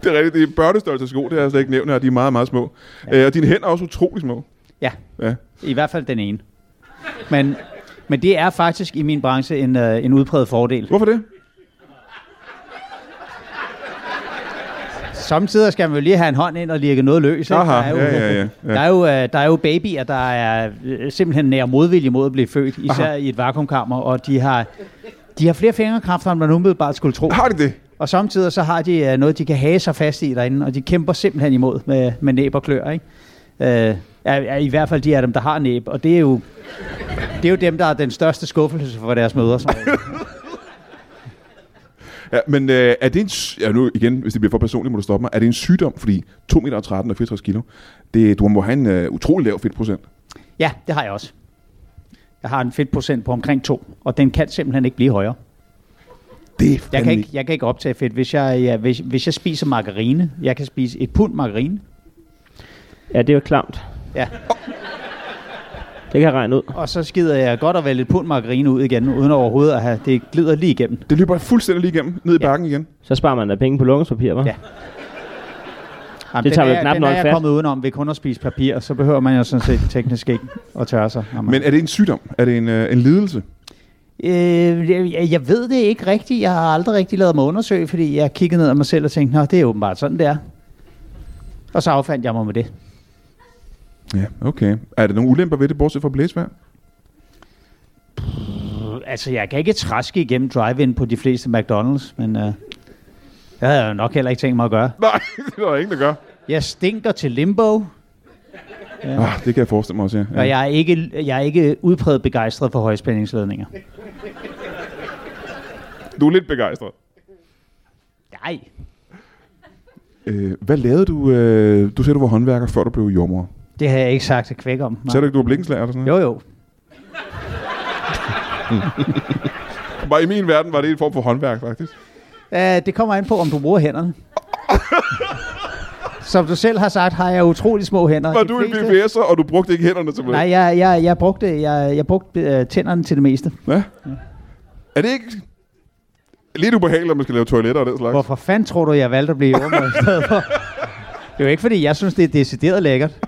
S2: Det er rigtigt. Det er børnestørrelse sko, det har jeg slet ikke nævnt her. De er meget, meget små. Ja. Øh, og dine hænder er også utrolig små.
S4: Ja,
S2: Ja.
S4: i hvert fald den ene. Men, men det er faktisk i min branche en, øh, en udpræget fordel.
S2: Hvorfor det?
S4: Samtidig skal man jo lige have en hånd ind og lirke noget løs. ikke?
S2: Aha,
S4: jo,
S2: ja, ja, ja, ja.
S4: Der, er jo, øh, der er jo babyer, der er øh, simpelthen nær modvilje mod at blive født, især Aha. i et vakuumkammer, og de har, de har flere fingerkræfter, end man umiddelbart skulle tro.
S2: Har de det?
S4: Og samtidig så har de øh, noget, de kan have sig fast i derinde, og de kæmper simpelthen imod med, med næb og klør, ikke? Øh, er, er, I hvert fald de af dem, der har næb, og det er jo, det er jo dem, der er den største skuffelse for deres mødre. Som regel.
S2: Ja, men øh, er det en... sy- Ja, nu igen, hvis det bliver for personligt, må du stoppe mig. Er det en sygdom? Fordi 2 meter og 13 og 64 kilo, det, du må have en øh, utrolig lav fedtprocent.
S4: ja, det har jeg også. Jeg har en fedtprocent på omkring 2, og den kan simpelthen ikke blive højere.
S1: Det er fandme...
S4: Jeg kan, ikke, jeg kan ikke optage fedt. Hvis jeg, ja, hvis, hvis jeg spiser margarine, jeg kan spise et pund margarine.
S3: Ja, det er jo klamt.
S4: Ja.
S3: Det kan jeg regne ud.
S4: Og så skider jeg godt at vælge et pund margarine ud igen, uden overhovedet at have det glider lige igennem.
S2: Det løber fuldstændig lige igennem, ned i
S4: Ja.
S2: bakken igen.
S3: Så sparer man da penge på lungespapir, hva'?
S4: Ja.
S3: Det
S4: Jamen, den
S3: tager
S4: er-
S3: vel knap
S4: den
S3: nok
S4: er jeg
S3: fat.
S4: kommet udenom ved kun at spise papir, så behøver man jo sådan set teknisk ikke at tørre sig. når man-
S2: Men er det en sygdom? Er det en, øh, en lidelse?
S4: Øh, jeg, jeg ved det ikke rigtigt. Jeg har aldrig rigtig lavet mig undersøge, fordi jeg kiggede ned ad mig selv og tænkte, nå, det er åbenbart sådan, det er. Og så affandt jeg mig med det.
S2: Ja, okay. Er der nogle ulemper ved det, bortset fra blæsvær?
S4: Altså, jeg kan ikke træske igennem drive-in på de fleste McDonald's, men øh, det havde jeg jo nok heller ikke tænkt mig at gøre.
S2: Nej, det er der ingen, der gør.
S4: Jeg stinker til limbo,
S2: Ja. Ah, det kan jeg forestille mig også, ja.
S4: og
S2: ja.
S4: jeg er ikke, jeg er ikke udpræget begejstret for højspændingsledninger.
S2: Du er lidt begejstret.
S4: Nej.
S2: Øh, hvad lavede du? Øh, du sagde, du var håndværker, før du blev jordmor.
S4: Det har jeg ikke sagt til kvæk om. Nej.
S2: Sagde du ikke, du var blikkenslager eller sådan noget?
S4: Jo, jo.
S2: Bare i min verden var det en form for håndværk, faktisk.
S4: Uh, det kommer an på, om du bruger hænderne. Som du selv har sagt, har jeg utrolig små hænder.
S2: Var
S4: De
S2: du en
S4: fleste-
S2: BBS'er, og du brugte ikke hænderne til noget?
S4: Nej, jeg, jeg, jeg brugte, jeg, jeg brugte øh, tænderne til det meste.
S2: Ja. Er det ikke lidt ubehageligt, at man skal lave toiletter og den slags?
S4: Hvorfor fanden tror du, jeg valgte at blive jordmor i stedet for? Det er jo ikke, fordi jeg synes, det er decideret lækkert.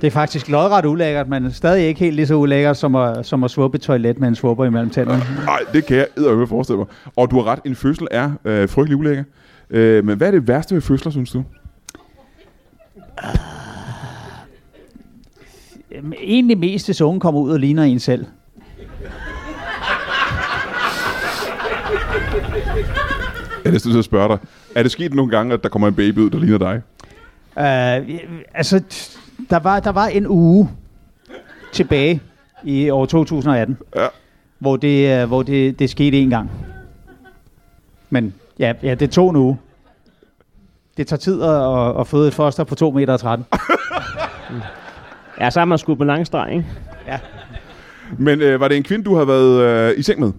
S4: Det er faktisk lodret ulækkert, men stadig ikke helt lige så ulækkert, som at, som at svuppe et toilet med en svupper imellem tænderne.
S2: Nej, det kan jeg edderøve forestille mig. Og du har ret, en fødsel er øh, frygtelig ulækker. Øh, men hvad er det værste ved fødsler, synes du?
S4: Jamen, Øhm, Egentlig mest, hvis ungen kommer ud og ligner en selv.
S2: Jeg er næsten til at spørge dig. Er det sket nogle gange, at der kommer en baby ud, der ligner dig?
S4: Uh, altså, t- der var, der var en uge tilbage i år 2018,
S2: Ja.
S4: hvor, det, uh, hvor det, det skete en gang. Men ja, ja, det tog en uge. Det tager tid at, at- at føde et foster på 2 meter og 13.
S3: Ja, så har man skudt på lang streg, ikke?
S2: Men øh, var det en kvinde, du har været øh, i seng med?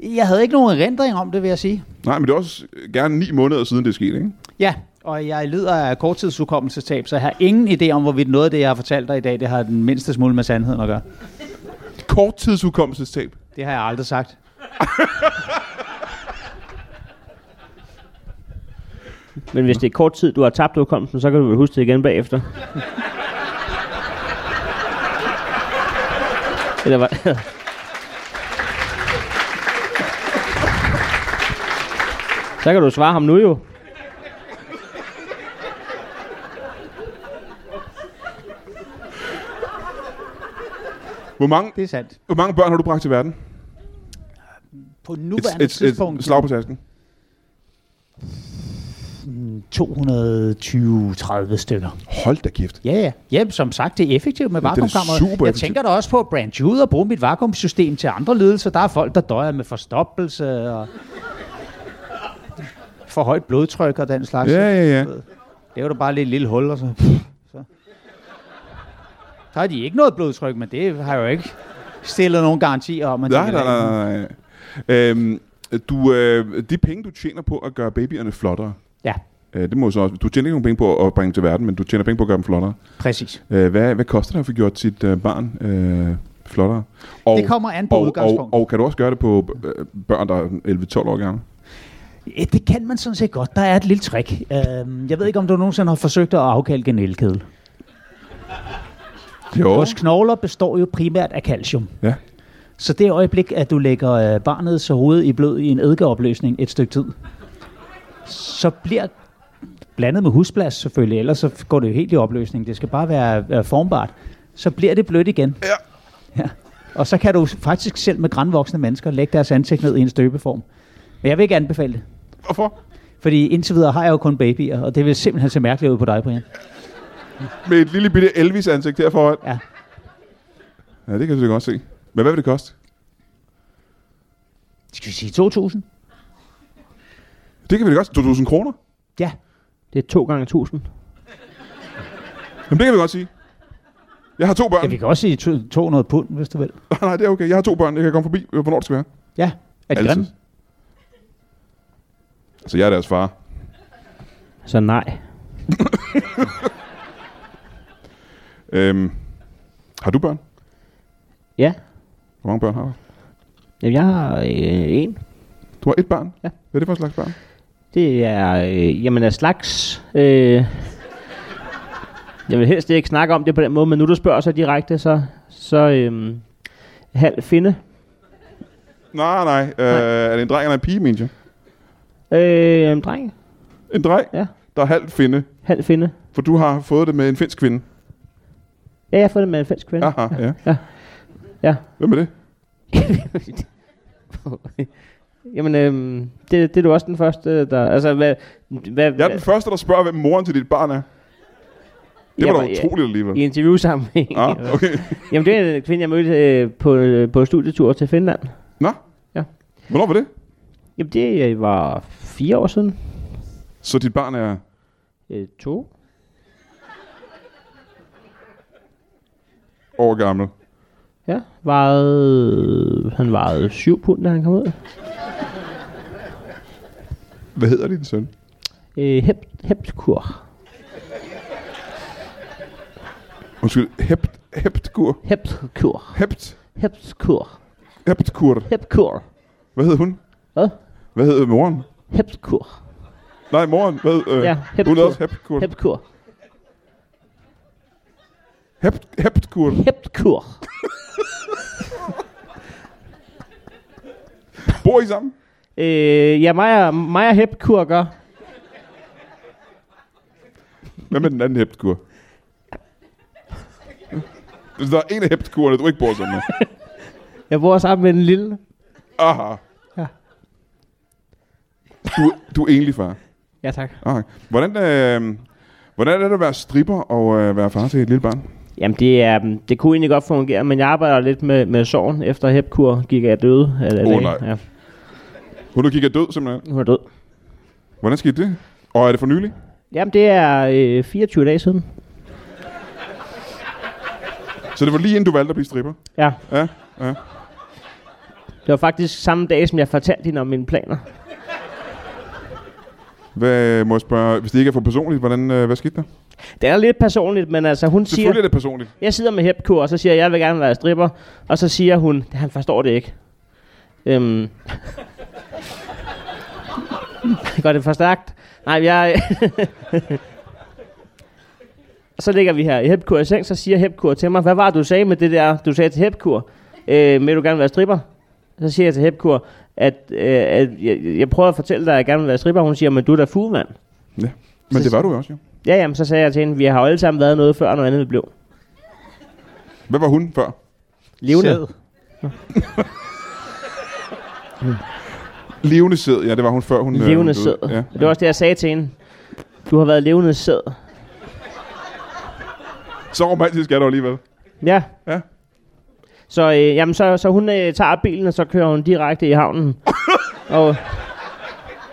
S4: Jeg havde ikke nogen erindring om det, vil jeg sige.
S2: Nej, men det er også gerne ni måneder siden, det er sket, ikke?
S4: Ja, og jeg lider af korttidsudkommelsestab, så jeg har ingen idé om, hvorvidt noget af det, jeg har fortalt dig i dag, det har den mindste smule med sandheden at gøre.
S2: Korttidsudkommelsestab.
S4: Det har jeg aldrig sagt.
S3: Men hvis det er kort tid, du har tabt udkomsten, så kan du vel huske det igen bagefter. Eller hvad? Så kan du svare ham nu jo.
S2: Hvor mange,
S4: Det er sandt.
S2: hvor mange børn har du bragt til verden?
S4: På
S2: Et,
S4: nuværende
S2: et, et,
S4: tidspunkt...
S2: et slag på tasken.
S4: 220-30 stykker.
S2: Hold da kæft.
S4: Ja, ja. Ja, som sagt, det er effektivt med
S2: Ja, det er
S4: vakuumkammeret.
S2: super
S4: jeg
S2: effektivt.
S4: tænker da også på at branche ud og bruge mit vakuumsystem til andre lidelser. Der er folk, der døjer med forstoppelse og for højt blodtryk og den slags.
S2: Ja, ja, ja.
S4: Det er jo da bare lige et lille hul, og så... så. Der har de ikke noget blodtryk, men det har jeg jo ikke stillet nogen garantier om. at de
S2: Nej,
S4: vil
S2: nej, nej,
S4: have.
S2: nej. Øhm, du, øh, de penge, du tjener på at gøre babyerne flottere,
S4: Ja,
S2: øh, det må jo så også, du tjener ikke nogen penge på at bringe dem til verden, men du tjener penge på at gøre dem flottere.
S4: præcis.
S2: Øh, hvad, hvad koster det at få gjort sit øh, barn øh, flottere? Og,
S4: Det kommer an på
S2: og, og,
S4: udgangspunktet.
S2: og kan du også gøre det på øh, børn, der er 11-12 år gamle?
S4: Ja, det kan man sådan set godt. Der er et lille trick. Øhm, jeg ved ikke, om du nogensinde har forsøgt at afkalke en elkedel.
S2: Jo.
S4: Vores knogler består jo primært af calcium.
S2: Ja.
S4: Så det øjeblik, at du lægger øh, barnets hoved i blød i en eddikeopløsning et stykke tid, så bliver blandet med husplads selvfølgelig, ellers så går det jo helt i opløsning. Det skal bare være øh, formbart. Så bliver det blødt igen. Ja. ja. Og så kan du faktisk selv med grænvoksne mennesker lægge deres ansigt ned i en støbeform. Men jeg vil ikke anbefale det.
S2: Hvorfor?
S4: Fordi indtil videre har jeg jo kun babyer, og det vil simpelthen se mærkeligt ud på dig, Brian.
S2: Med et lille bitte Elvis-ansigt her foran.
S4: Ja.
S2: Ja, det kan du sikkert godt se. Men hvad vil det koste?
S4: Skal vi sige 2.000?
S2: Det kan vi da godt 2.000 kroner?
S4: Ja.
S3: Det er to gange 1000.
S2: Jamen, det kan vi godt sige. Jeg har to børn.
S4: ja. vi kan også sige to- 200 pund, hvis du vil.
S2: Nej, nej, det er okay. Jeg har to børn. Jeg kan komme forbi, øh, hvornår det skal være.
S4: Ja. Er de
S2: Altid.
S4: grimme?
S2: Altså, jeg er deres far.
S3: Så nej.
S2: Øhm, har du børn?
S3: Ja.
S2: Hvor mange børn har du?
S3: Jamen, jeg har øh, en.
S2: Du har et barn?
S3: Ja.
S2: Hvad er det for en slags barn?
S3: Det er, øh, jamen, af slags... Øh, jeg vil helst ikke snakke om det på den måde, men nu du spørger så direkte, så... så øh, halv finde.
S2: Nej, nej. Øh, Er det en dreng eller en pige, mener jeg?
S3: Øh, en dreng.
S2: En dreng,
S3: Ja.
S2: der er halvt finde.
S3: Halv finde.
S2: For du har fået det med en finsk kvinde.
S3: Ja, jeg har fået det med en finsk kvinde.
S2: Aha, ja.
S3: Ja. Ja.
S2: Hvem er det?
S3: Jamen, øhm, det, det er du også den første, der... Altså, hvad... hvad
S2: Jeg er den første, der spørger, hvem moren til dit barn er. Det var da utroligt alligevel.
S3: I interview sammen.
S2: Ah, okay.
S3: Jamen, det er en kvinde, jeg mødte øh, på, på studietur til Finland.
S2: Nå?
S3: Ja.
S2: Hvornår var det?
S3: Jamen, det øh, var fire år siden.
S2: Så dit barn er...
S3: Øh, to.
S2: år gammel.
S3: Ja, vejede, han vejede syv pund, da han kom ud.
S2: Hvad hedder din søn?
S3: Øh, hep, heptkur.
S2: Undskyld, hept, heptkur.
S3: Heptkur.
S2: Hept,
S3: Heptkur.
S2: heptkur.
S3: Heptkur.
S2: Hvad hed hun?
S3: Hvad?
S2: Hvad hed moren?
S3: Heptkur.
S2: Nej, moren. Hvad, øh,
S3: Ja,
S2: Hun hed
S3: heptkur.
S2: også heptkur.
S3: Heptkur.
S2: Hept, heptkur.
S3: Heptkur.
S2: Bor I sammen?
S3: Øh, ja, mig og, mig og Heptkur gør.
S2: Hvad med den anden heptkur? Hvis der er en af heptkurerne, du ikke bor sammen med.
S3: Jeg bor sammen med en lille.
S2: Aha.
S3: Ja.
S2: Du, du er egentlig far.
S3: Ja, tak.
S2: Aha. Hvordan, øh, hvordan er det at være stripper og øh, være far til et lille barn?
S3: Jamen, det, er, øhm, det kunne egentlig godt fungere, men jeg arbejder lidt med, med sorgen, efter Hepkur gik af døde. Eller,
S2: Åh, nej.
S3: Ja,
S2: Hun er gik af død, simpelthen.
S3: hun er død.
S2: Hvordan skete det? Og er det for nylig?
S3: Jamen, det er øh, 24 dage siden.
S2: Så det var lige inden du valgte at blive stripper?
S3: Ja.
S2: Ja, ja.
S3: Det var faktisk samme dag, som jeg fortalte hende om mine planer.
S2: Hvad må jeg spørge, hvis det ikke er for personligt, hvordan, øh, hvad skete der?
S3: Det er lidt personligt, men altså, hun siger...
S2: Selvfølgelig er det personligt.
S3: Jeg sidder med Hepkur, og så siger jeg, jeg vil gerne være stripper. Og så siger hun, han forstår det ikke. Øhm. Går det for stærkt? Nej, jeg... så ligger vi her i Hepkur i seng, så siger Hepkur til mig, hvad var det, du sagde med det der, du sagde til Hepkur? Øh, vil du gerne være stripper? Så siger jeg til Hepkur, at, øh, at jeg, jeg prøver at fortælle dig, at jeg gerne vil være stripper. Hun siger, men du er da fugemand.
S2: Ja. Men
S3: Så-
S2: det var du jo også, jo.
S3: Ja, jamen, så sagde jeg til hende, vi har jo alle sammen været noget før, noget andet vi blev.
S2: Hvad var hun før?
S3: Levende.
S4: Sæd.
S2: Levende sæd, ja, det var hun før hun... øh, hun
S3: Levende
S2: døde.
S3: sæd.
S2: Ja.
S3: Det var også det, jeg sagde til hende. Du har været levende sæd.
S2: Så romantisk er det alligevel.
S3: Ja.
S2: Ja.
S3: Så, øh, jamen, så, så hun øh, tager bilen, og så kører hun direkte i havnen. og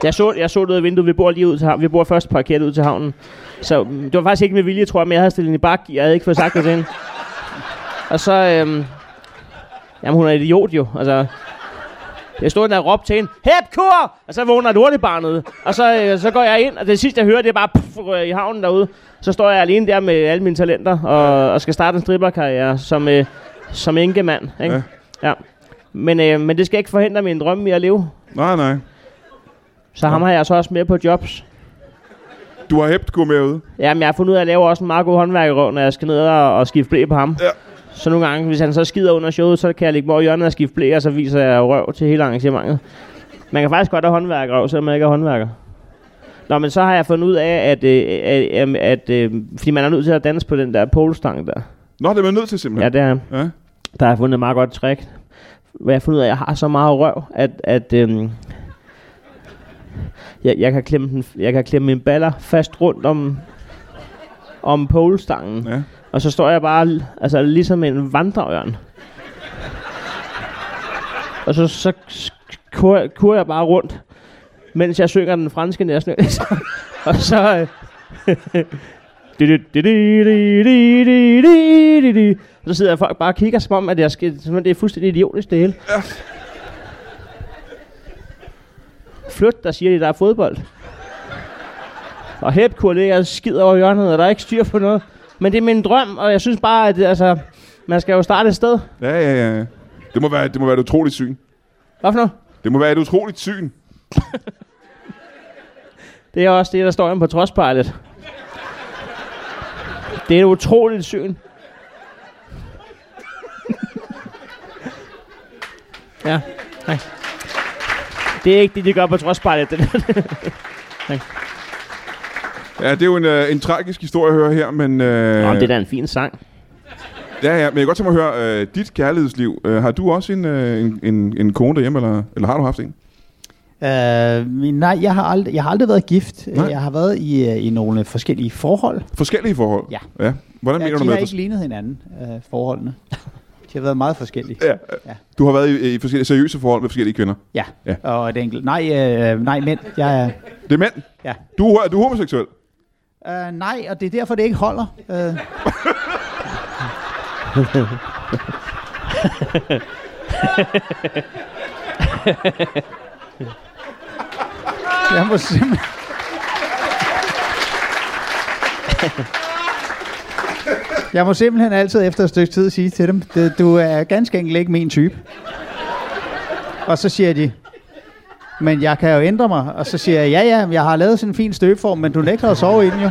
S3: jeg så, jeg så det ud af vinduet. Vi bor lige ud til havnen. Vi bor først parkeret ud til havnen. Så mm, det var faktisk ikke med vilje, tror jeg, men jeg havde stillet hende i bak. Jeg havde ikke fået sagt det til hende. Og så... Øh, jamen, hun er idiot jo. Altså, jeg stod der og råbte til hende, Hæb kur! Og så vågner lortebarnet. Og så, øh, så går jeg ind, og det sidste, jeg hører, det er bare puff, øh, i havnen derude. Så står jeg alene der med alle mine talenter, og, og skal starte en stripperkarriere som, øh, som enkemand. Ikke?
S2: Ja.
S3: Ja. ja. Men, øh, men det skal ikke forhindre min drømme i at leve.
S2: Nej, nej.
S3: Så ham har jeg så også med på jobs.
S2: Du har hæbt gå med ud.
S3: Jamen, jeg har fundet ud af at lave også en meget god håndværkerøv, når jeg skal ned og, og skifte blæ på ham.
S2: Ja.
S3: Så nogle gange, hvis han så skider under showet, så kan jeg ligge mig over i hjørnet og skifte blæ, og så viser jeg røv til hele arrangementet. Man kan faktisk godt have håndværkerøv, selvom man ikke er håndværker. Nå, men så har jeg fundet ud af, at, øh, at, øh, at øh, fordi man er nødt til at danse på den der polestang der.
S2: Nå, det er man nødt til simpelthen.
S3: Ja, det er,
S2: ja.
S3: der har jeg fundet et meget godt trick. Hvor jeg har fundet ud af, at jeg har så meget røv, at, at øhm, jeg, jeg, kan klemme den, jeg kan klemme min baller fast rundt om, om polestangen.
S2: Ja.
S3: Og så står jeg bare altså, ligesom en vandreørn. Og så, så kurer, kurer jeg bare rundt, mens jeg synger den franske nationalist. og så... øh, og så sidder folk bare og kigger som om, at jeg skal, som om det er fuldstændig idiotisk det hele. Flyt, der siger de, der er fodbold. Og hæb kollegaer skider over hjørnet, og der er ikke styr på noget. Men det er min drøm, og jeg synes bare, at altså, man skal jo starte et sted.
S2: Ja, ja, ja. ja. Det må være, det må være et utroligt syn.
S3: Hvad for noget?
S2: Det må være et utroligt syn.
S3: Det er også det, der står inde på Trustpilot. Det er et utroligt syn. ja, nej. Det er ikke det, de gør på Trustpilot. Det der.
S2: Ja, det er jo en, øh, en tragisk historie at høre her, men... Øh,
S3: Nå, men det er da en fin sang.
S2: Ja, ja, men jeg kan godt tænke mig at høre, øh, dit kærlighedsliv, øh, har du også en, øh, en, en, en kone derhjemme, eller, eller har du haft en?
S4: Øh, men nej, jeg har, aldrig, jeg har aldrig været gift.
S2: Nej.
S4: Jeg har været i, øh, i nogle forskellige forhold.
S2: Forskellige forhold?
S4: Ja.
S2: ja. Hvordan ja,
S4: Ja,
S2: mener du
S4: de
S2: med
S4: har
S2: det?
S4: ikke lignet hinanden, øh, forholdene. De har været meget forskellige.
S2: Ja. ja. øh,
S4: Ja.
S2: Du har været i, i forskellige seriøse forhold med forskellige kvinder.
S4: Ja,
S2: Ja.
S4: og et enkelt. Nej, øh, nej, men jeg er...
S2: Det er mænd.
S4: Ja.
S2: Du, er- er du homoseksuel?
S4: Øh, nej, og det er derfor, det ikke holder. Øh, jeg må simpelthen... Jeg må simpelthen altid efter et stykke tid sige til dem, "Det- du er ganske enkelt ikke min type. Og så siger de, men jeg kan jo ændre mig. Og så siger jeg, ja ja, jeg har lavet sådan en fin støbeform, men du nægter at sove i den jo.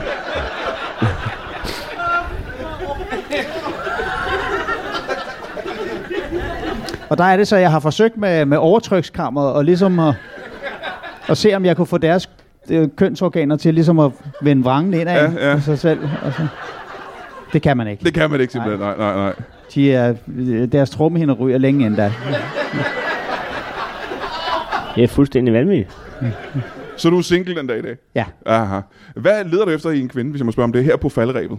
S4: Og der er det så, jeg har forsøgt med, med overtrykskammeret og ligesom at, at se, om jeg kunne få deres øh, kønsorganer til ligesom at vende vrangen indad
S2: Ja, ja.
S4: på sig selv. Og så. Det kan man ikke.
S2: Det kan man ikke simpelthen. Nej, nej, nej.
S4: De er, øh, deres trommehinder ryger længe endda.
S3: Det er fuldstændig vanvittigt.
S2: Så du er single den dag i dag?
S4: Ja,
S2: Aha. Hvad leder du efter i en kvinde, hvis jeg må spørge om det her på falderæbet?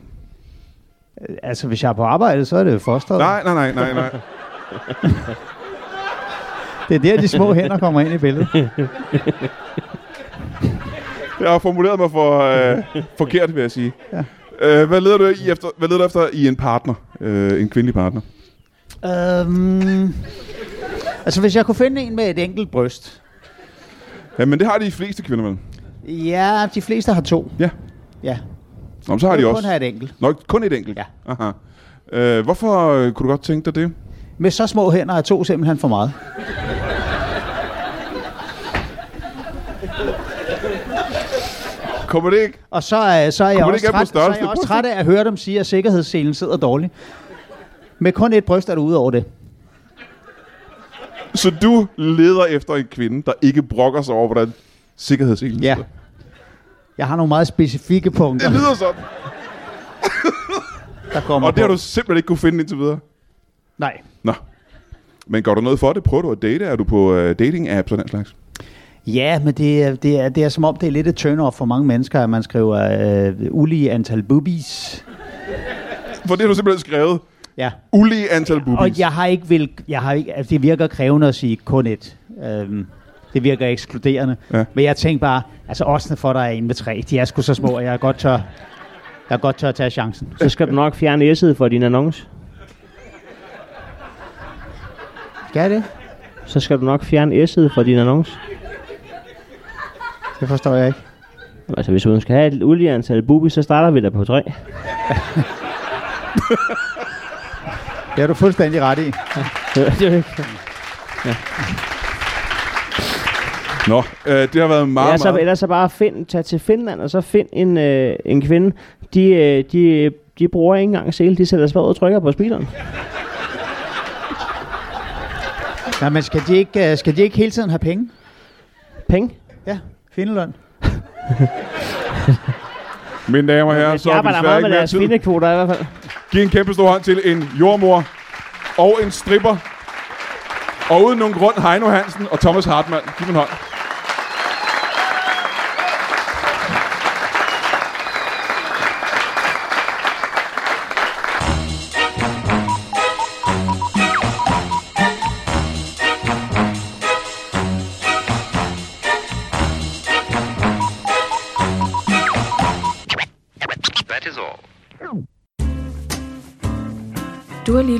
S4: altså hvis jeg er på arbejde, så er det jo fosteret.
S2: Nej, nej, nej, nej, nej.
S4: Det er der, de små hænder kommer ind i billedet.
S2: Jeg har formuleret mig for øh, forkert, vil jeg sige.
S4: Ja.
S2: Øh, hvad, leder du i efter, hvad leder du efter i en partner? Øh, en kvindelig partner?
S4: øhm, altså hvis jeg kunne finde en med et enkelt bryst.
S2: Ja, men det har de fleste kvinder, vel?
S4: Ja, de fleste har to.
S2: Ja.
S4: Ja,
S2: Nå, men så har de
S4: jeg
S2: også.
S4: kun have et enkelt.
S2: Nå, kun et enkelt?
S4: Ja.
S2: Aha. Øh, hvorfor øh, kunne du godt tænke dig det?
S4: Med så små hænder er to simpelthen for meget.
S2: Kommer det ikke?
S4: Og så, er- så, er, jeg
S2: man
S4: også
S2: ikke have dem på
S4: træt, så er
S2: størrelse?
S4: jeg også træt af at høre dem sige, at sikkerhedsselen sidder dårligt. Med kun et bryst er du ude over det.
S2: Så du leder efter en kvinde, der ikke brokker sig over, hvordan sikkerhedselen
S4: Ja.
S2: sidder?
S4: Jeg har nogle meget specifikke punkter,
S2: Det lyder sådan.
S4: der kommer
S2: Og det har
S4: på.
S2: du simpelthen ikke kunne finde indtil videre.
S4: Nej.
S2: Nå. Men gør du noget for det? Prøver du at date? Er du på uh, dating-apps og den slags?
S4: Ja, men det, er- det, er, det er som om, det er lidt et turn-off for mange mennesker, at man skriver øh, ulige antal boobies.
S2: For det har du simpelthen skrevet.
S4: Ja.
S2: Ulige antal boobies.
S4: Og jeg har ikke vil, jeg har ikke, altså det virker krævende at sige kun et. Øhm, det virker ekskluderende.
S2: Ja.
S4: Ja. Men jeg tænkte bare, altså oddsene for dig er en med tre. De er sgu så små, og jeg er godt tør, jeg er godt tør at tage chancen.
S3: Så skal du nok fjerne S'et for din annonce.
S4: Skal jeg det?
S3: Så skal du nok fjerne S'et for din annonce.
S4: Det forstår jeg ikke.
S3: Altså, hvis hun skal have et ulige antal boobies, så starter vi da på tre.
S4: Det er du fuldstændig ret i.
S3: Det er jo ikke-
S2: Nå, øh, det har været meget,
S3: Ja,
S2: meget...
S3: så, ellers så bare find, tag til Finland, og så find en, øh, en kvinde. De, øh, de, de bruger ikke engang sele, de sætter sig bare ud og trykker på speederen.
S4: Nej, men skal de, ikke, øh, skal de ikke hele tiden have penge?
S3: Penge.
S4: Ja, Finland.
S2: Mine damer og herrer, så
S3: Så de
S2: har vi
S3: arbejder
S2: desværre
S3: meget
S2: ikke
S3: med
S2: mere
S3: deres
S2: tid.
S3: kvindekvoter i hvert fald.
S2: Giv en kæmpe stor hånd til en jordmor og en stripper. Og uden nogen grund, Heino Hansen og Thomas Hartmann. Giv dem en hånd.
S6: That is all.
S7: Du har lige